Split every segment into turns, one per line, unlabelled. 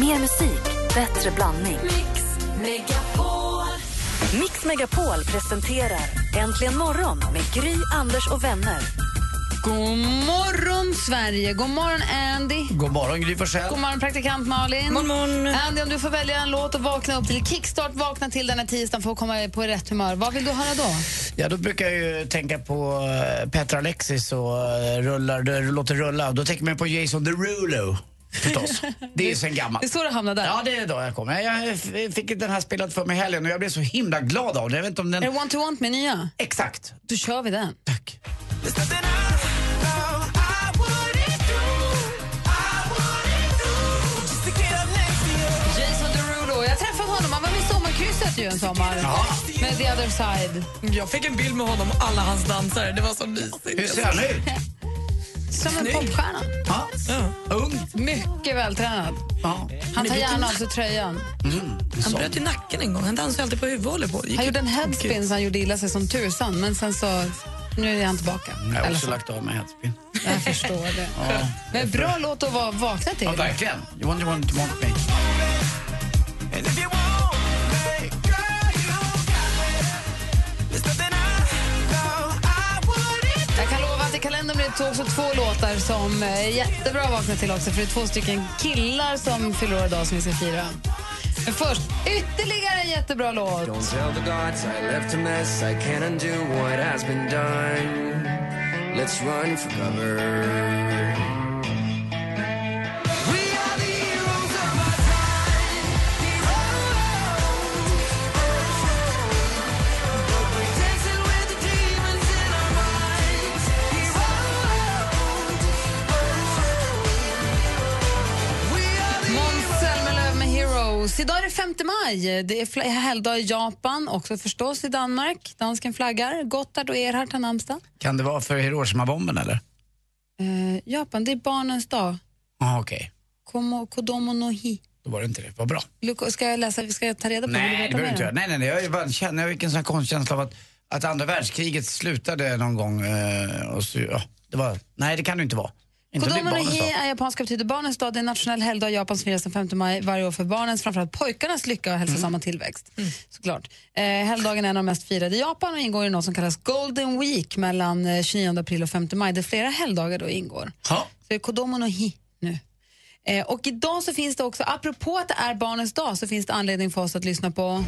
Mer musik, bättre blandning.
Mix Megapol.
Mix Megapol presenterar Äntligen morgon med Gry, Anders och vänner.
God morgon, Sverige! God morgon, Andy!
God morgon, Gry Forssell.
God morgon, praktikant Malin!
God morgon.
Andy, om du får välja en låt att vakna upp till, kickstart vakna till den här tisdagen för att komma på rätt humör, vad vill du höra då?
Ja, då brukar jag ju tänka på eh, Petra Alexis och eh, rullar, det låter rulla. Då tänker man på Jason Derulo. Förstås. Det är ju sen gammalt.
Det är så du hamnar där.
Ja, det är då jag kommer. Jag eh, f- fick den här spelad för mig i helgen och jag blev så himla glad av den. Jag vet inte om
Är
den...
det Want to Want med nya?
Exakt.
Då kör vi den.
Tack.
Jason Derulo. Jag träffade honom, han var med i Sommarkrysset ju en sommar. Med The other side.
Jag fick en bild med honom och alla hans dansare. Det var så mysigt.
Hur ser han ut?
Som en
Snygg.
popstjärna.
Ja.
Ja.
Ung.
Mycket vältränad.
Ja. Mm.
Han tar
det vet
gärna av
inte.
sig tröjan.
Han bröt ju nacken en gång. Han dansade alltid på huvudet och håller på. Det gick
Han
ju
gjorde en
tokigt.
headspin så han gjorde illa sig som tusan, men sen så... Nu är han tillbaka.
Jag har
Eller
också
så.
lagt av mig headspin.
Jag förstår det. Men bra låt att vara vakna till.
Ja, verkligen. You want, you want, you want me.
Jag kan lova att i kalendern blir det också två låtar som är jättebra att vakna till också. För det är två stycken killar som fyller år idag som vi ska fira. Men först, ytterligare en jättebra låt.
Don't tell the gods I left a mess. I can't undo what has been done. Let's run for cover. We are the heroes of our time. Heroes. But we're dancing with the demons in our minds. Heroes. We are the
Måns Zelmerlöw med Heroes. Idag är det 5 maj. Det är fla- helgdag i Japan, också förstås i Danmark. Dansken flaggar. Gottard och Erhard har namnsdag.
Kan det vara för Hiroshima-bomben eller?
Eh, Japan, det är barnens dag.
Ja, okej.
Komo, kodomo no hi.
Då var det inte det. Vad bra.
Luko- Ska jag läsa? Ska jag ta reda på? Vill du
Nej,
veta
det behöver du
mer
inte
om?
göra. Nej, nej, nej. Jag bara känner jag fick en sån här konstkänsla av att, att andra världskriget slutade någon gång. Eh, och så, ja, det var, nej, det kan det inte vara. Inte om det är
Kodomo no
barnens
hi
dag.
är japanska betyder barnens dag. Det är en nationell helgdag i Japan som firas den 5 maj varje år för barnens, framförallt pojkarnas lycka och hälsosamma
Mm.
tillväxt. Såklart. Eh, helgdagen är en av de mest firade i Japan och ingår i något som kallas Golden Week mellan eh, 29 april och 5 maj där flera helgdagar då ingår.
Ja.
Så det är Kodomo no hi nu. Eh, och idag så finns det också, apropå att det är barnens dag, så finns det anledning för oss att lyssna på...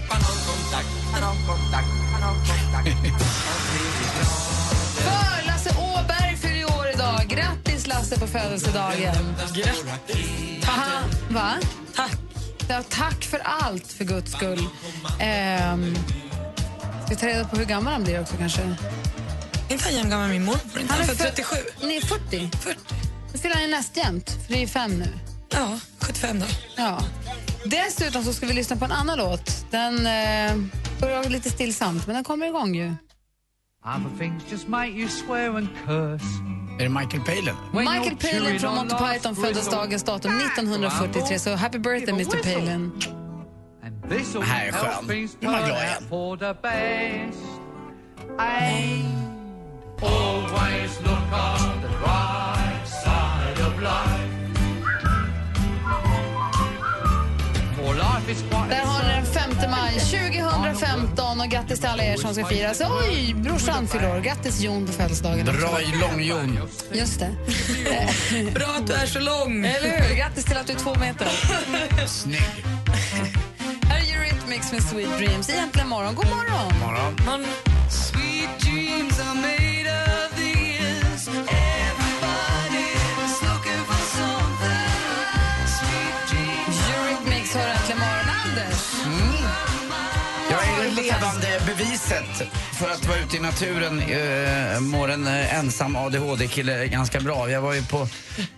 För Lasse Åberg fyller ju år idag. Grattis Lasse på födelsedagen. Grattis. Va?
Tack.
Ja, tack för allt, för guds skull. Ehm, ska vi ta reda på hur gammal han blir också kanske?
Inte han jämngammal med min morbror? Inte han född 37?
Nej, 40.
40?
Nu fyller han ju nästjämt, för det är ju fem nu.
Ja, 75 då.
Ja. Dessutom så ska vi lyssna på en annan låt. Den eh, börjar lite stillsamt, men den kommer igång ju.
Other things just make you swear and curse.
Är det Michael Palin?
Michael Palin från Monty Python föddes dagens datum 1943, så happy birthday Mr Palin.
And this all
Här är skön.
helps things
Nu är man
turn
glad
out
igen.
for the best. And always look on the right side of life. For life is quite
Där har ni den 5 maj 2015 och grattis till alla er som ska fira. Så, oj, brorsan fyller år. Grattis Jon på födelsedagen.
Bra i Lång-Jon.
Just det.
Bra att du är så lång.
Eller hur? Grattis till att du är två meter.
Snygg.
Här är Eurythmics med Sweet Dreams. Egentligen morgon. God morgon!
Morgon.
Man,
Sweet dreams are made of these. Everybody's looking for something. Sweet dreams.
Eurythmics hör äntligen morgon. Anders!
Jag är det levande beviset för att vara ute i naturen eh, mår en eh, ensam ADHD-kille ganska bra. Jag var ju på,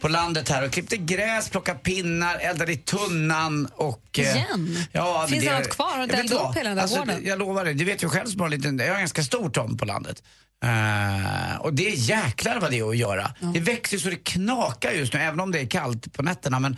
på landet här och klippte gräs, plockade pinnar, eldade i tunnan och... eh,
Igen?
Ja,
Finns
men
det något kvar? Har du inte
Jag vet
eldat
vad? Alltså,
upp hela den där gården?
Jag lovar dig, du vet ju själv som har en liten, jag har en ganska stor tomt på landet. Eh, och det är jäklar vad det är att göra. Det växer så det knakar just nu, även om det är kallt på nätterna. Men,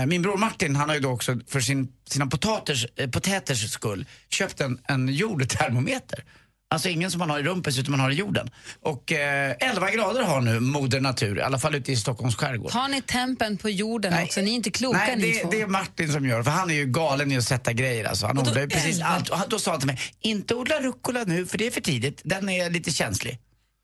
eh, min bror Martin, han har ju då också för sin, sina potaters, eh, potäters skull köpt en, en jordtermometer. Alltså ingen som man har i rumpis utan man har i jorden. Och eh, 11 grader har nu moder natur, i alla fall ute i Stockholms skärgård.
Tar ni tempen på jorden
Nej.
också? Ni är inte kloka
Nej,
ni
det,
två.
det är Martin som gör för han är ju galen i att sätta grejer alltså. Han
då-
odlar ju precis allt. Och han, då sa han till mig, inte odla rucola nu för det är för tidigt, den är lite känslig.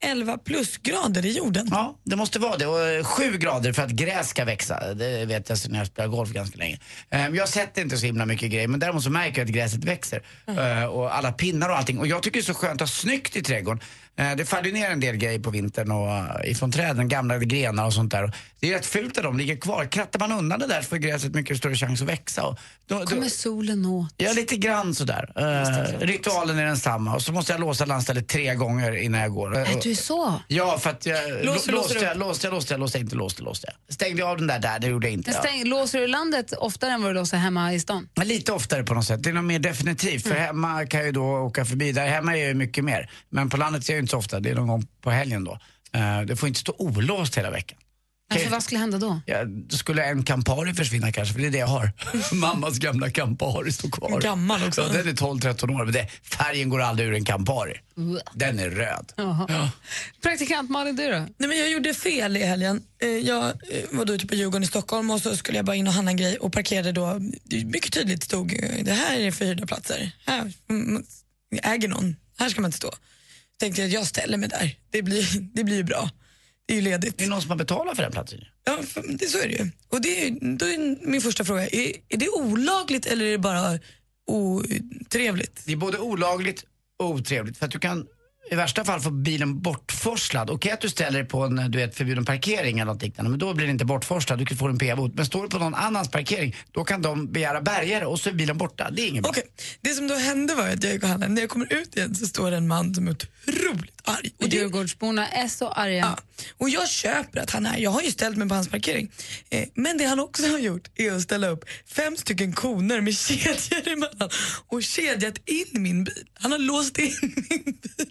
11 plusgrader i jorden.
Ja, det måste vara det. Och eh, sju grader för att gräs ska växa. Det vet jag sen jag spelar golf ganska länge. Ehm, Jag sätter inte så himla mycket grejer, men däremot så märker jag att gräset växer. Eh, Och alla pinnar och allting. Och jag tycker det är så skönt att ha snyggt i trädgården. Eh, Det faller ju ner en del grejer på vintern och eh, ifrån träden, gamla grenar och sånt där. Och Det är rätt fult att de ligger kvar. Krattar man undan det där så får gräset mycket större chans att växa. Och då, då,
Kommer solen åt?
Ja, lite grann sådär. Eh, ritualen är densamma. Och så måste jag låsa landstället tre gånger innan jag går. Eh,
Nej, du är så.
Ja, för att jag
Låser,
låste,
låser
låste, jag, låste jag, låste jag, låste jag, inte låste, låste jag. Stängde jag av den där, där, det gjorde jag inte.
Jag
Ja.
stäng, låser du landet oftare än vad du låser hemma i stan? Alltså,
Men Lite oftare på något sätt, det är nog mer definitivt. För hemma kan jag ju då åka förbi, där hemma är jag ju mycket mer. Men på landet är jag ju inte så ofta, det är någon gång på helgen då. Eh, Det får inte stå olåst hela veckan.
Alltså,
Okej.
vad skulle hända då?
Ja, då skulle en Campari försvinna kanske, för det är det jag har. Mammas gamla Campari står kvar.
Gammal också.
Ja, den är 12-13 år, men det, färgen går aldrig ur en Campari. Den är röd.
Jaha. Praktikant Malin, du då?
Nej, men jag gjorde fel i helgen. Eh, Jag eh, var då ute på Djurgården i Stockholm och så skulle jag bara in och handla en grej och parkerade då. Det är Mycket tydligt stod eh, det här är förhyrda platser. Här mm, äger någon. Här ska man inte stå. Tänkte jag jag ställer mig där. Det blir, det blir ju bra. Det är ju ledigt.
Det är någon som har betalat för den platsen ju.
Ja, för- det, så är det ju. Och det är, då är min första fråga. Är, är det olagligt eller är det bara otrevligt?
Det är både olagligt och otrevligt för att du kan i värsta fall få bilen bortforslad. Okej att du ställer dig på en du vet, förbjuden parkering eller något liknande men då blir den inte bortforslad, du kan få en p-bot. Men står du på någon annans parkering då kan de begära bärgare och så är bilen borta. Det är ingen bra.
Okej, det som då hände var att jag gick och handlade. När jag kommer ut igen så står det en man som är otroligt arg.
Och
Och det,
Djurgårdsborna är så arga.
Ja. Och jag köper att han är, jag har ju ställt mig på hans parkering. Eh, men det han också har gjort är att ställa upp fem stycken koner med kedjor emellan och kedjat in min bil. Han har låst in min bil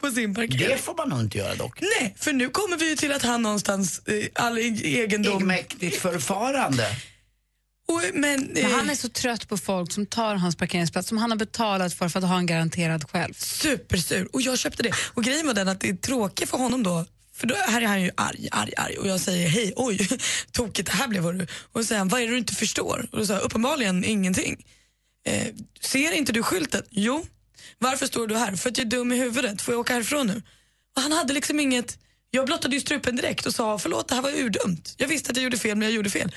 på sin parkering.
Det får man nog inte göra dock.
Nej, för nu kommer vi ju till att han någonstans, eh, all e- egendom...
Egenmäktigt förfarande.
Och, men, eh,
Men han är så trött på folk som tar hans parkeringsplats som han har betalat för för att ha en garanterad själv.
supersur och jag köpte det. Och grejen var den att det är tråkigt för honom då för då, här är han ju arg, arg, arg och jag säger hej, oj, tokigt det här blev vad du. Och så säger han, vad är det du inte förstår? Och då säger jag, uppenbarligen ingenting. Eh, ser inte du skylten? Jo. Varför står du här? För att jag är dum i huvudet, får jag åka härifrån nu? Och han hade liksom inget, jag blottade ju strupen direkt och sa förlåt det här var urdumt. Jag visste att jag gjorde fel men jag gjorde fel.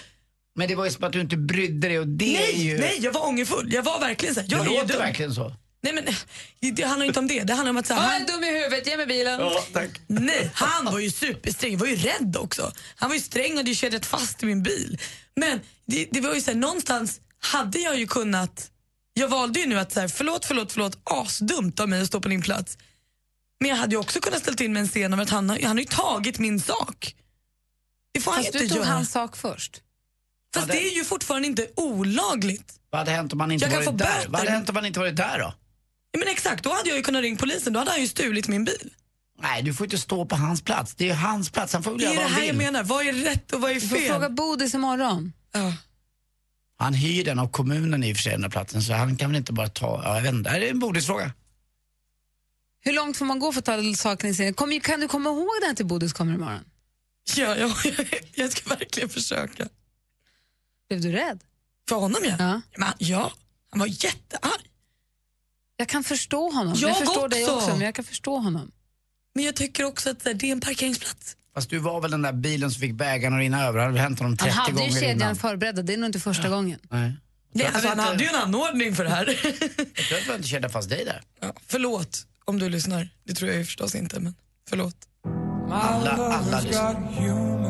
Men det var ju som att du inte brydde dig och det är
Nej,
ju...
nej jag var ångerfull, jag var verkligen såhär, jag
det
är ju
låter
dum.
verkligen så.
Nej men det handlar ju inte om det, det handlar om att så här,
Han
han-
är dum i huvudet, ge mig bilen.
tack.
Nej, han var ju supersträng. var ju rädd också. Han var ju sträng och hade ju kedjat fast i min bil. Men det, det var ju så här, någonstans hade jag ju kunnat... Jag valde ju nu att så här, förlåt, förlåt, förlåt, asdumt av mig att stå på din plats. Men jag hade ju också kunnat ställa in med en scen av att han, har- han har ju tagit min sak. Det får han
Fast
inte
du tog
göra.
hans sak först.
Fast det är ju fortfarande inte olagligt.
Vad hade hänt om man inte
Jag kan
varit
få
där?
böter.
Vad hade hänt om man inte varit där då?
Ja, Men exakt, då hade jag ju kunnat ringa polisen. Då hade han ju stulit min bil.
Nej, du får inte stå på hans plats. Det är ju hans plats, han får väl
Det är
göra
ju
vad
det
han
här jag
vill.
menar. Vad är rätt och vad är
Du får fråga
fel?
Bodis imorgon.
Ja.
Han hyr den av kommunen i och för sig, den där platsen, så han kan väl inte bara ta... Ja, jag vet inte. Är det en bodisfråga?
Hur långt får man gå för att ta saken i sin Kom, Kan du komma ihåg det här till Bodis kommer imorgon?
Ja, jag, jag ska verkligen försöka.
Blev du rädd?
För honom ja.
Ja.
Men, ja. Han var jättearg.
Jag kan förstå honom.
Jag
jag förstår dig
också.
också, men jag kan förstå honom.
Men jag tycker också att så här, det är en parkeringsplats.
Fast du var väl den där bilen som fick bägaren att rinna över? Det hade väl hänt honom
Han
30
hade ju
gånger
kedjan
innan?
förberedd, det är nog inte första gången.
Nej.
Nej, alltså, han
inte-
hade ju en anordning för det här.
Jag tror att vi inte kedjade fast dig där.
ja, förlåt om du lyssnar. Det tror jag ju förstås inte, men förlåt.
Alla, alla lyssnar.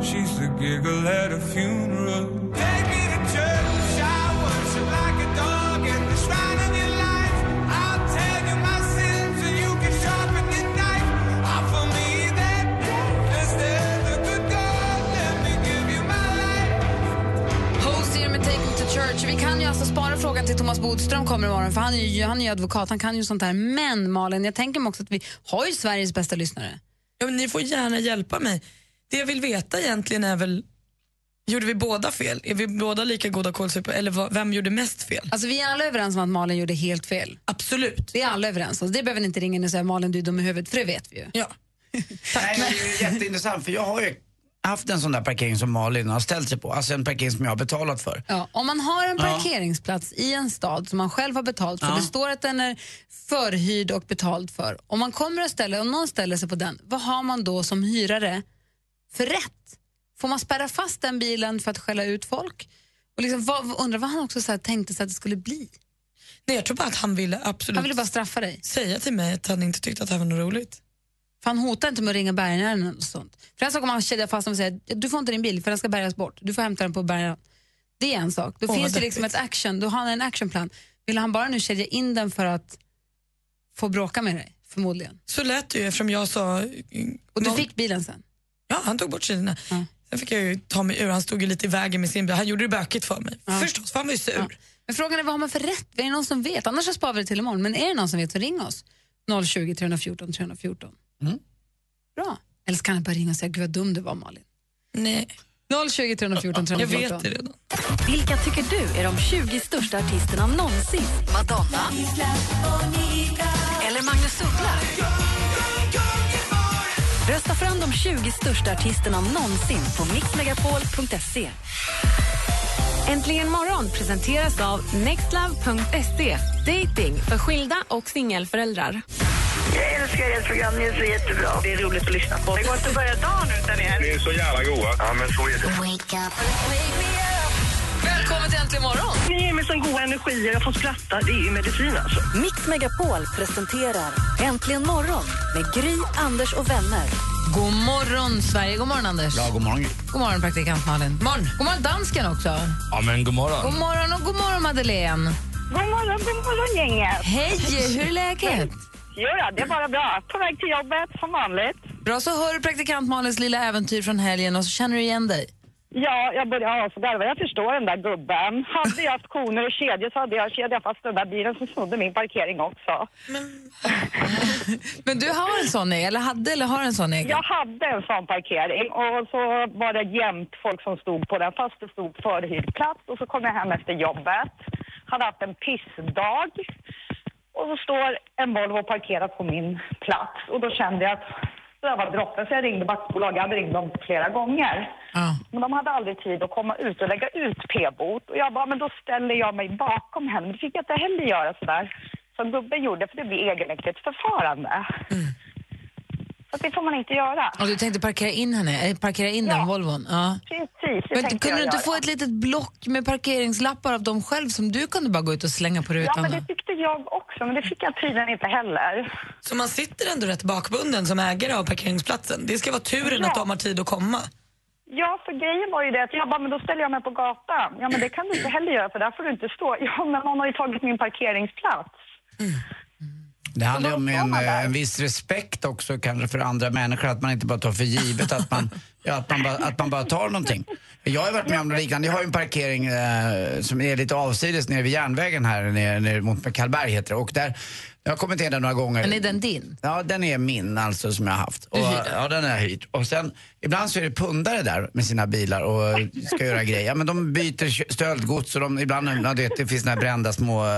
She's the giggle at a funeral. Take me to church, I worship like a dog at the shrine of your life. I'll tell you my sins and you can sharpen your knife. Offer me that death instead of good God. Let me give you my life.
Hosier med Take Me To Church. Vi kan ju alltså spara frågan till Thomas Bodström kommer imorgon för han är ju, han är ju advokat, han kan ju sånt här. Men Malin, jag tänker mig också att vi har ju Sveriges bästa lyssnare.
Ja, men ni får gärna hjälpa mig. Det jag vill veta egentligen är väl Gjorde vi båda fel? Är vi båda lika goda kålsupare? Eller vad, vem gjorde mest fel?
Alltså, vi är alla överens om att Malin gjorde helt fel.
Absolut.
Det är alla överens om. Det behöver ni inte ringa in och säga Malin du är dum i huvudet, för det vet vi ju.
Ja.
Nej, men det är jätteintressant för jag har ju haft en sån där parkering som Malin har ställt sig på. Alltså en parkering som jag har betalat för.
Ja, om man har en parkeringsplats i en stad som man själv har betalt för, det står att den är förhyrd och betald för. Om man kommer och ställer, om någon ställer sig på den, vad har man då som hyrare för rätt? Får man spärra fast den bilen för att skälla ut folk? Och liksom, vad, undrar vad han också så här tänkte sig att det skulle bli.
Nej, jag tror bara att han ville absolut
Han ville bara straffa dig.
säga till mig att han inte tyckte att det här var något roligt.
För han hotar inte med att ringa bärgaren eller något sånt. För en sak om han kedjar fast dem och säger du får inte din bil för den ska bärgas bort. Du får hämta den på bärgaren. Det är en sak. Då
vad
finns det liksom ett action, då har han en actionplan. Vill han bara nu kedja in den för att få bråka med dig? Förmodligen.
Så lät det ju eftersom jag sa...
Och du
Någon-
fick bilen sen.
Ja, han tog bort sidorna.
Ja.
Sen fick jag ju ta mig ur, han stod ju lite i vägen med sin bil. Han gjorde det bökigt för mig. Förstås, för han var ju sur.
Ja. Men frågan är vad har man för rätt? Är det någon som vet? Annars så sparar vi det till imorgon. Men är det någon som vet så ring oss. 020 314 314.
Mm.
Bra. Eller så kan han bara ringa och säga gud vad dum du var Malin.
Nej,
020 314 314.
jag vet det redan.
Vilka tycker du är de 20 största artisterna någonsin? Madonna? Eller Magnus Uggla? Rösta fram de 20 största artisterna någonsin på mixmegapol.se.
Äntligen morgon presenteras av nextlove.se. Dating för skilda och singelföräldrar.
Jag älskar ert program, ni är så jättebra. Det är roligt att lyssna på. Det går inte att börja dagen utan er.
Ni är så jävla goa. Ja, men så är det.
Välkommen till Äntligen morgon!
Ni ger mig sån god energi, jag får skratta. Det är ju medicin alltså.
Mix Megapol presenterar Äntligen morgon med Gry, Anders och vänner.
God morgon, Sverige. God morgon, Anders.
Ja, god morgon.
God morgon, praktikant Malin. Morgon. God morgon, dansken också.
Ja, men god morgon.
God morgon och god morgon, Madeleine.
God morgon, god morgon gänget.
Hej, hur är läget?
Jo, ja, det är bara bra. På väg till jobbet som vanligt.
Bra, så hör du praktikant Malins lilla äventyr från helgen och så känner du igen dig.
Ja, jag börjar alltså garva. Jag förstår den där gubben. Hade jag haft koner och kedjor så hade jag kedjat fast den där bilen som snodde min parkering också.
Men du har en sån egen, eller hade eller har en sån egen?
Jag hade en sån parkering och så var det jämt folk som stod på den fast det stod förhyrd plats och så kom jag hem efter jobbet, hade haft en pissdag och så står en Volvo parkerad på min plats och då kände jag att det där var droppen så jag ringde vaktbolaget, jag hade ringt dem flera gånger.
Ja.
Men de hade aldrig tid att komma ut och lägga ut p-bot. Och jag bara, men då ställer jag mig bakom henne. Men det fick jag inte heller göra sådär som gubben gjorde, för det blir egenmäktigt förfarande. Så det får man inte göra.
Och du tänkte parkera in henne, eh, parkera in
Ja.
den Volvon? Ja.
Precis, det
Men
tänkte
kunde
jag
du inte
göra.
få ett litet block med parkeringslappar av dem själv som du kunde bara gå ut och slänga på
Ja,
rutan?
men det tyckte jag också, men det fick jag tydligen inte heller.
Så man sitter ändå rätt bakbunden som ägare av parkeringsplatsen. Det ska vara turen
Ja.
att de har tid att komma.
Ja, för grejen var ju det att jag bara, men då ställer jag mig på gatan. Ja, men det kan du inte heller göra, för där får du inte stå. Ja, men någon har ju tagit min parkeringsplats.
Det handlar ju om en, eh,
man där.
en viss respekt också kanske för andra människor, att man inte bara tar för givet att man, ja, att man, bara, att man bara tar någonting. Jag har ju varit med om något liknande, jag har ju en parkering eh, som är lite avsides nere vid järnvägen här, nere, nere mot Karlberg heter det, och där, jag har kommit till den några gånger.
Men är den din?
Ja, den är min alltså som jag har haft. Och, ja, den har jag hyrt. Och sen, ibland så är det pundare där med sina bilar och ska göra grejer. Ja, men de byter kö- stöldgods och de, ibland ja, det, det finns några brända små eh,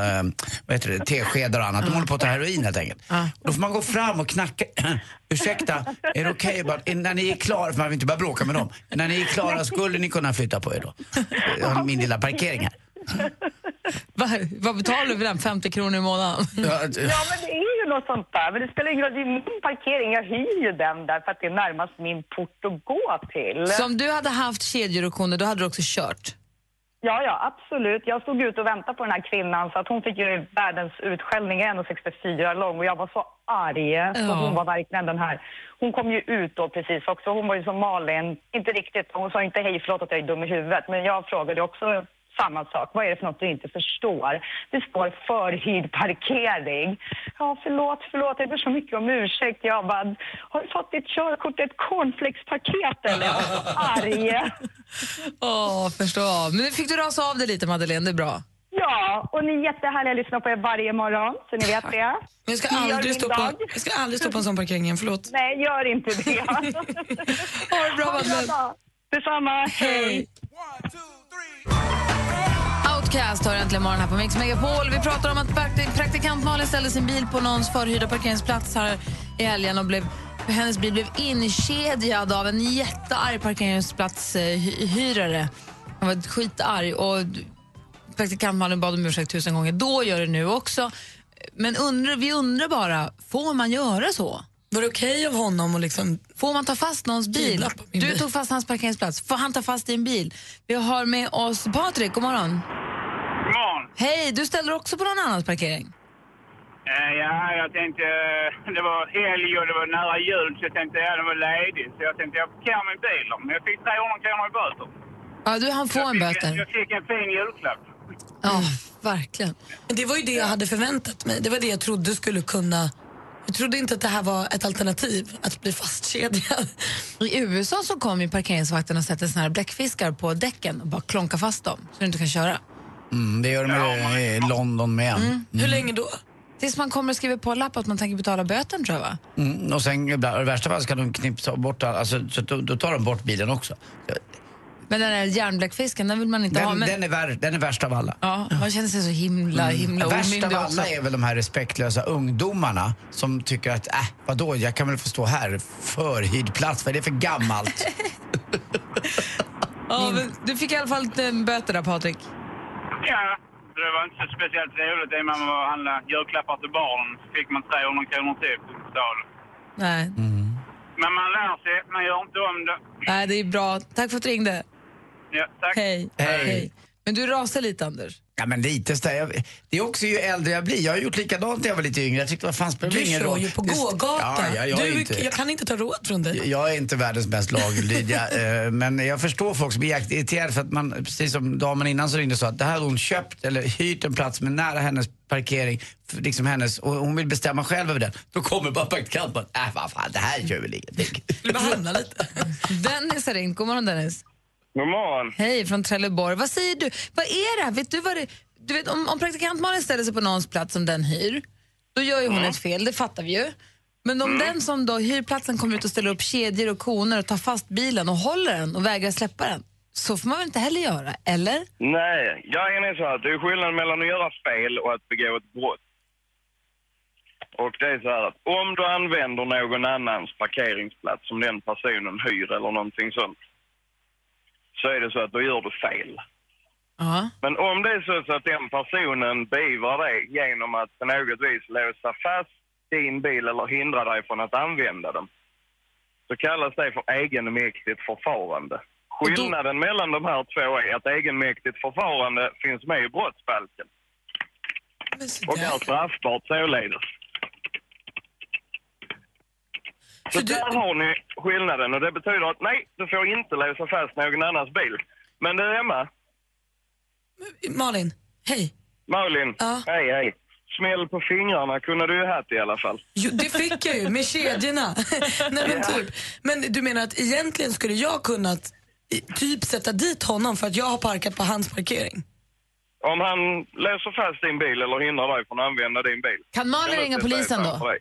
vad heter det, teskedar och annat. De håller på att ta heroin helt enkelt. Då får man gå fram och knacka. Ursäkta, är det okej? Bara, eh, När ni är klara, för man vill inte börja bråka med dem. När ni är klara, skulle ni kunna flytta på er då? Jag har min lilla parkering här.
Vad, vad betalar du för den? 50 kronor i månaden?
Ja,
Ja, men det är ju något sånt där. Men det spelar ingen roll, det är min parkering. Jag hyr ju den där för att det är närmast min port att gå till.
Så om du hade haft kedjor och koner, då hade du också kört?
Ja, ja, absolut. Jag stod ute och väntade på den här kvinnan så att hon fick ju världens utskällning. Jag är 1,64 lång och jag var så arg. Så
Ja.
hon var verkligen den här. Hon kom ju ut då precis också. Hon var ju som Malin. Inte riktigt. Hon sa inte hej, förlåt att jag är dum i huvudet. Men jag frågade också samma sak. Vad är det för något du inte förstår? Det står förhyrd parkering. Ja, förlåt, förlåt. Jag ber så mycket om ursäkt. Jag bara, har du fått ditt körkort i ett cornflakespaket eller? Jag var så arg.
Åh, förstå. Men nu fick du rasa av dig lite, Madeleine. Det är bra.
Ja, och ni är jättehärliga att lyssna på er varje morgon, så ni vet det.
Men jag ska,
Ni gör
aldrig
min
stå på,
dag.
jag ska aldrig stå på en sån parkering igen, förlåt.
Nej, gör inte det.
Ha det bra, Madeleine.
dag. Detsamma. Hej.
Outcast hör äntligen morgon här på Mix Megapol. Vi pratar om att prakti- praktikant Malin ställde sin bil på någons förhyrda parkeringsplats här i helgen och blev, hennes bil blev inkedjad av en jättearg eh, parkeringsplatshyrare. Han var skitarg och praktikant Malin bad om ursäkt tusen gånger. Då gör det nu också. Men undrar, vi undrar bara, får man göra så?
Var det okej av honom? Och liksom
får man ta fast någons bil?
kidnappa min
Du
bil?
tog fast hans parkeringsplats. Får han ta fast din bil? Vi har med oss Patrik, god morgon.
God morgon.
Hej, du ställer också på någon annans parkering?
Eh, Ja, jag tänkte, eh, det var helg och det var nära jul så jag tänkte, ja den var ledig. Så jag tänkte, jag parkerar min bil då. Men jag fick 300 kronor i böter.
Ja, du han får en
Jag,
böter.
jag fick en fin julklapp.
Ja, verkligen.
Men det var ju det jag hade förväntat mig. Det var det jag trodde skulle kunna... Jag trodde inte att det här var ett alternativ, att bli fastkedjad.
I USA så kom ju parkeringsvakten och sätter såna här bläckfiskar på däcken och bara klonkar fast dem så du inte kan köra.
Mm, det gör de ju i London med. Mm.
då?
Tills man kommer och skriver på en lapp att man tänker betala böten tror jag va?
Mm, och sen ibland, i värsta fall ska de knipsa bort all- alltså, så då, då tar de bort bilen också.
Men den där järnbläckfisken, den vill man inte ha.
Den,
Men,
den, är, vär, den är värst av alla.
Ja, man känner sig så himla, himla
Värst av
omyndig också.
alla är väl de här respektlösa ungdomarna som tycker att, äh, vadå, jag kan väl få stå här, förhyrd plats, vad är det för gammalt?
Ja, men du fick i alla fall en böter där Patrik.
Ja, det var inte så speciellt roligt. I och med att man var och handlade julklappar till barnen så fick man 300 kronor till på betalen.
Nej.
Men man lär sig, man gör inte om det.
Mm. Nej, det är bra. Tack för att du ringde.
Ja, tack.
Hej.
Hej.
Men du rasar lite, Anders.
Ja men lite sådär. Jag, det är också ju äldre jag blir. Jag har gjort likadant när jag var lite yngre. Jag tyckte vad fan spelar det
Du
ingen
kör
roll.
ju på
Det-
gågata.
Ja, jag, jag, är
du,
inte,
jag kan inte ta råd från dig.
jag, jag är inte världens mest laglydiga. eh, men jag förstår folk som blir jäkligt irriterade för att man, precis som damen innan så ringde och sa att det här hade hon köpt eller hyrt en plats men nära hennes parkering, för liksom hennes, och hon vill bestämma själv över den. Då kommer bara praktikanten och bara, äh vad fan det här gör väl ingenting.
Dennis har ringt. God morgon, Dennis.
God morgon.
Hej, från Trelleborg. Vad säger du? Vad är det här? Vet du vad det... Du vet, om, om praktikant Malin ställer sig på någons plats som den hyr, då gör ju hon ett fel, det fattar vi ju. Men om
Mm.
den som då hyr platsen kommer ut och ställer upp kedjor och koner och tar fast bilen och håller den och vägrar släppa den, så får man väl inte heller göra? Eller?
Nej, grejen är så här att det är skillnad mellan att göra fel och att begå ett brott. Och det är så här att om du använder någon annans parkeringsplats som den personen hyr eller någonting sånt, så är det så att då gör du fel.
Ja.
Men om det är så så att den personen beivrar det genom att på något vis låsa fast din bil eller hindra dig från att använda den, så kallas det för egenmäktigt förfarande. Skillnaden mellan de här två är att egenmäktigt förfarande finns med i brottsbalken och är straffbart således. Så där har ni skillnaden och det betyder att nej, du får inte låsa fast någon annans bil. Men du Emma,
Malin, hej.
Malin, hej hej. Smäll på fingrarna kunde du ju haft i alla fall.
Jo, det fick jag ju med kedjorna. Nej, men, typ. men du menar att egentligen skulle jag kunnat i- typ sätta dit honom för att jag har parkat på hans parkering?
Om han låser fast din bil eller hindrar dig från att använda din bil.
Kan Malin
du
ringa
sätta dig
polisen då?
framför dig.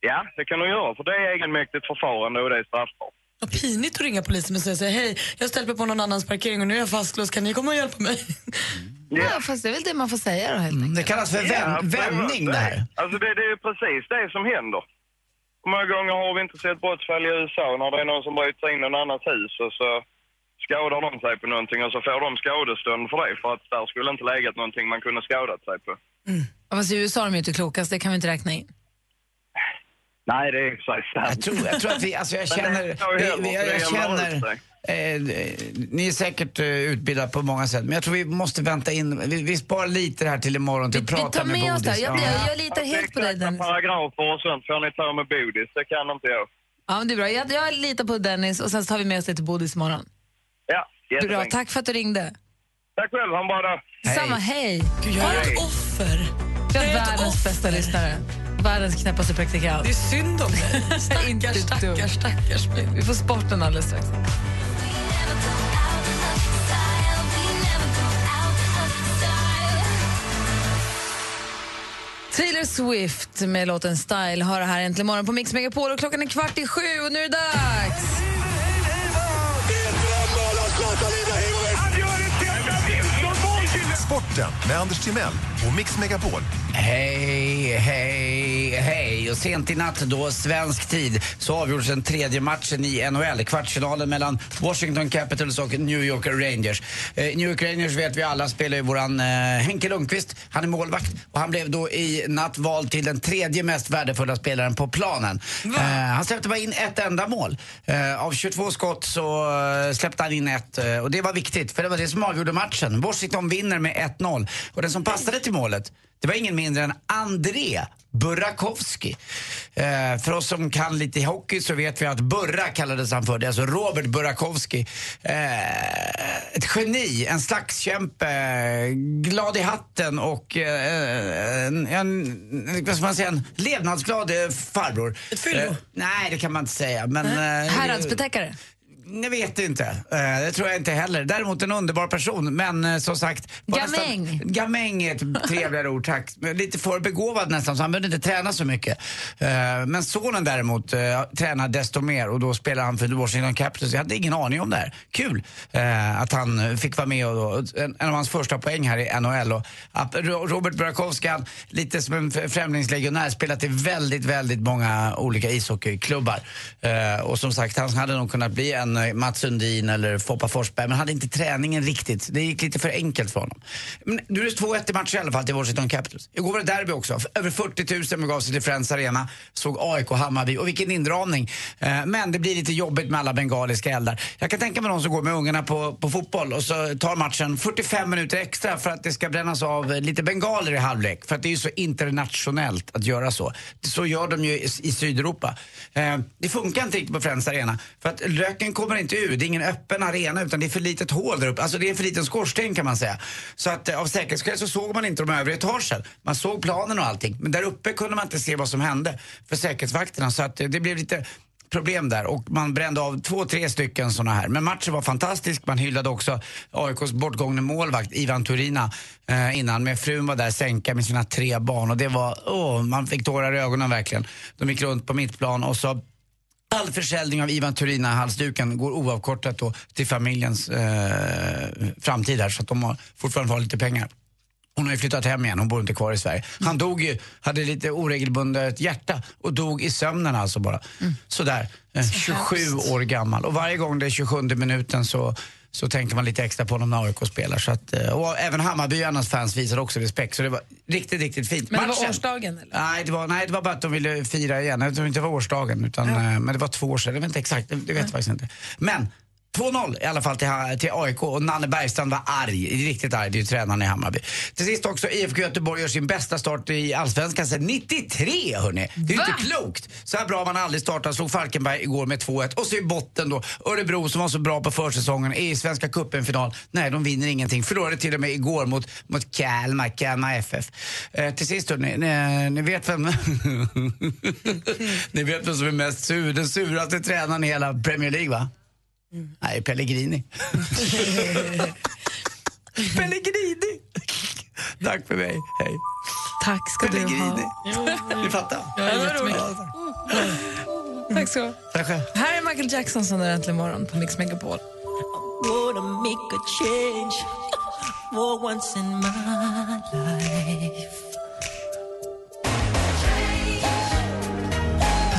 Ja, det kan du göra för det är egenmäktigt förfarande och det är straffbart.
Vad pinigt att ringa polisen och säga så här, hej, jag ställde mig på någon annans parkering och nu är jag fastlåst, kan ni komma och hjälpa mig?
Ja, fast det är väl det man får säga då, helt enkelt.
Det kallas för vänd, vändning det här.
Alltså det, det är ju precis det som händer. Hur många gånger har vi inte sett brottsfall i USA när det är någon som bryter in i någon annans hus och så skadar de sig på någonting och så får de skadestånd för det för att där skulle inte legat någonting man kunde skadat sig på.
Ja, fast I USA är de ju inte klokast, det kan vi inte räkna in.
Nej, det är exakt sant.
Jag tror, jag tror att vi, alltså jag känner, vi, vi, jag, jag känner, eh, ni är säkert eh, utbildade på många sätt, men jag tror vi måste vänta in, vi, vi sparar lite det här till imorgon till att
Vi
prata
tar
med,
med oss det här.
Bodis.
Jag, jag, jag litar helt på dig, Dennis.
Paragrafer och sånt får ni ta med Bodis, det kan inte jag.
Ja, men det är bra. Jag, jag litar på Dennis och sen så tar vi med oss det till Bodis imorgon.
Ja, jättebra.
Bra, tack för att du ringde.
Tack själv, ha en bra dag.
Samma, hej.
Gud, jag är ett offer.
Du är världens bästa lyssnare. Världens knäppaste praktikant.
Det är synd om dig.
Inte
Stackars,
ett dugg.
stackars, stackars mig.
Vi får sporten alldeles strax. Taylor Swift med låten Style har det här äntligen morgon på Mix Megapol och klockan är kvart i sju och nu är det dags!
Sporten med Anders Timell och Mix Megapol.
Hej, hej, hej. Och sent i natt då, svensk tid, så avgjordes den tredje matchen i NHL. Kvartsfinalen mellan Washington Capitals och New York Rangers. Eh, New York Rangers vet vi alla spelar ju våran eh, Henke Lundqvist. Han är målvakt och han blev då i natt vald till den tredje mest värdefulla spelaren på planen. Eh, han släppte bara in ett enda mål. Eh, av 22 skott så eh, släppte han in ett eh, och det var viktigt för det var det som avgjorde matchen. Washington vinner med 1-0 och den som passade till målet det var ingen mindre än André Burakovsky. Eh, för oss som kan lite hockey så vet vi att Burra kallades han för. Det är alltså Robert Burakovsky. Eh, ett geni, en slagskämpe, glad i hatten och eh, en, en, vad ska man säga, en levnadsglad eh, farbror. Ett fyllo? Eh, nej, det kan man inte säga. Men, eh,
Häradsbetäckare.
jag vet inte. Eh, Det tror jag inte heller. Däremot en underbar person. Men eh, som sagt... var
Gamäng.
Nästan, gamäng är ett trevligare ord, tack. Men Lite för begåvad nästan, så han behövde inte träna så mycket. Eh, Men sonen däremot eh, tränar desto mer och då spelar han för Washington Capitals. Jag hade ingen aning om det här. Kul eh, att han eh, fick vara med och då, en, en av hans första poäng här i NHL. Och, att Ro- Robert Burakovsky, han, lite som en f- främlingslegionär, spelat i väldigt, väldigt många olika ishockeyklubbar. Eh, och som sagt, han hade nog kunnat bli en eh, Mats Sundin eller Foppa Forsberg, men hade inte träningen riktigt. Det gick lite för enkelt för honom. Men nu är det 2-1 i matcher i alla fall till Washington Capitals. Igår var det derby också. F- Över 40 000 begav sig till Friends Arena, såg AIK och Hammarby. Och vilken inramning. Eh, men det blir lite jobbigt med alla bengaliska eldar. Jag kan tänka mig någon som går med ungarna på, på fotboll och så tar matchen 45 minuter extra för att det ska brännas av eh, lite bengaler i halvlek. För att det är ju så internationellt att göra så. Så gör de ju i, i Sydeuropa. Eh, det funkar inte riktigt på Friends Arena. För att röken kommer inte ur. Det är ingen öppen arena utan det är för litet hål där uppe. Alltså det är för liten skorsten kan man säga. Så att eh, av säkerhetsskäl så såg man inte de övriga etagen. Man såg planen och allting. Men där uppe kunde man inte se vad som hände för säkerhetsvakterna. Så att eh, det blev lite problem där och man brände av två, tre stycken såna här. Men matchen var fantastisk. Man hyllade också AIKs bortgångne målvakt Ivan Turina eh, innan. Men frun var där sänka med sina tre barn och det var, åh, man fick tårar i ögonen verkligen. De gick runt på mittplan och så All försäljning av Ivan Turina-halsduken går oavkortat då till familjens eh, framtid här så att de har fortfarande har lite pengar. Hon har ju flyttat hem igen, hon bor inte kvar i Sverige.
Mm.
Han dog ju, hade lite oregelbundet hjärta och dog i sömnen alltså bara.
Mm.
Sådär, eh, 27 år gammal. Och varje gång det är 27 minuten så, så tänker man lite extra på honom när AIK spelar. Så att, eh, och även Hammarbyarnas fans visade också respekt så det var riktigt, riktigt fint.
Men det var
Matchen-
årsdagen? Eller?
Nej det, var, nej, det var bara att de ville fira igen. Jag tror inte det var årsdagen, utan, eh, men det var två år sedan. Jag vet inte exakt, det det vet jag faktiskt inte. Men 2-0 i alla fall till, ha- till AIK och Nanne Bergstrand var arg, riktigt arg. Det är ju tränaren i Hammarby. Till sist också, IFK Göteborg gör sin bästa start i Allsvenskan sedan 93 hörni. Det är ju inte klokt! Så här bra man aldrig startat. Slog Falkenberg igår med 2-1. Och så i botten då, Örebro som var så bra på försäsongen är i Svenska cupen final. Nej, de vinner ingenting. Förlorade till och med igår mot, mot Kalmar, Kalmar FF. Eh, till sist hörni, ni, ni vet vem... ni vet vem som är mest sur, den suraste tränaren i hela Premier League va? Nej, Pellegrini. Pellegrini! Tack för mig, hej.
Tack ska du ha.
Ni fattar?
Ja, det var roligt. Tack ska du ha.
Mm. Tack själv.
Här är Michael Jackson som är Äntligen morgon på Mix Megapol.
Wanna make a change for once in my life.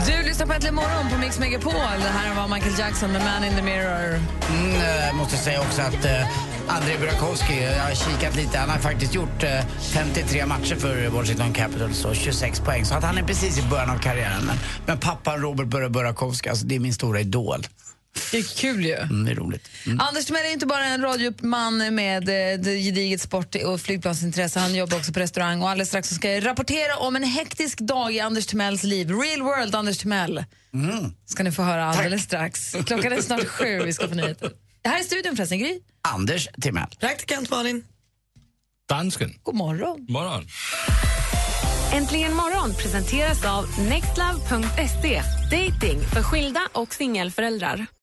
Du lyssnar på Äntligen morgon på Mix Megapol. Det här var Michael Jackson med Man in the mirror.
Mm, eh, måste säga också att eh, André Burakovsky, eh, jag har kikat lite, han har faktiskt gjort eh, 53 matcher för Washington Capitals och 26 poäng. Så att han är precis i början av karriären. Men, men pappan Robert Bura- Burakovsky, alltså, det är min stora idol.
Det är kul ju.
Mm, det är roligt. Mm.
Anders Timell är ju inte bara en radioman med eh, det gediget sport och flygplansintresse. Han jobbar också på restaurang. Och alldeles strax så ska jag rapportera om en hektisk dag i Anders Timells liv. Real world Anders Timell. ska ni få höra alldeles strax. Klockan är snart sju. Vi ska få nyheter. Här i studion förresten, Gry.
Anders Timell.
Praktikant Malin.
Dansken.
God morgon.
Morgon.
Äntligen morgon presenteras av nextlove.se. Dating för skilda och singelföräldrar.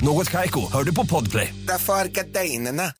Något Kaiko, hör du på podplay.
Därför arkadeinerna.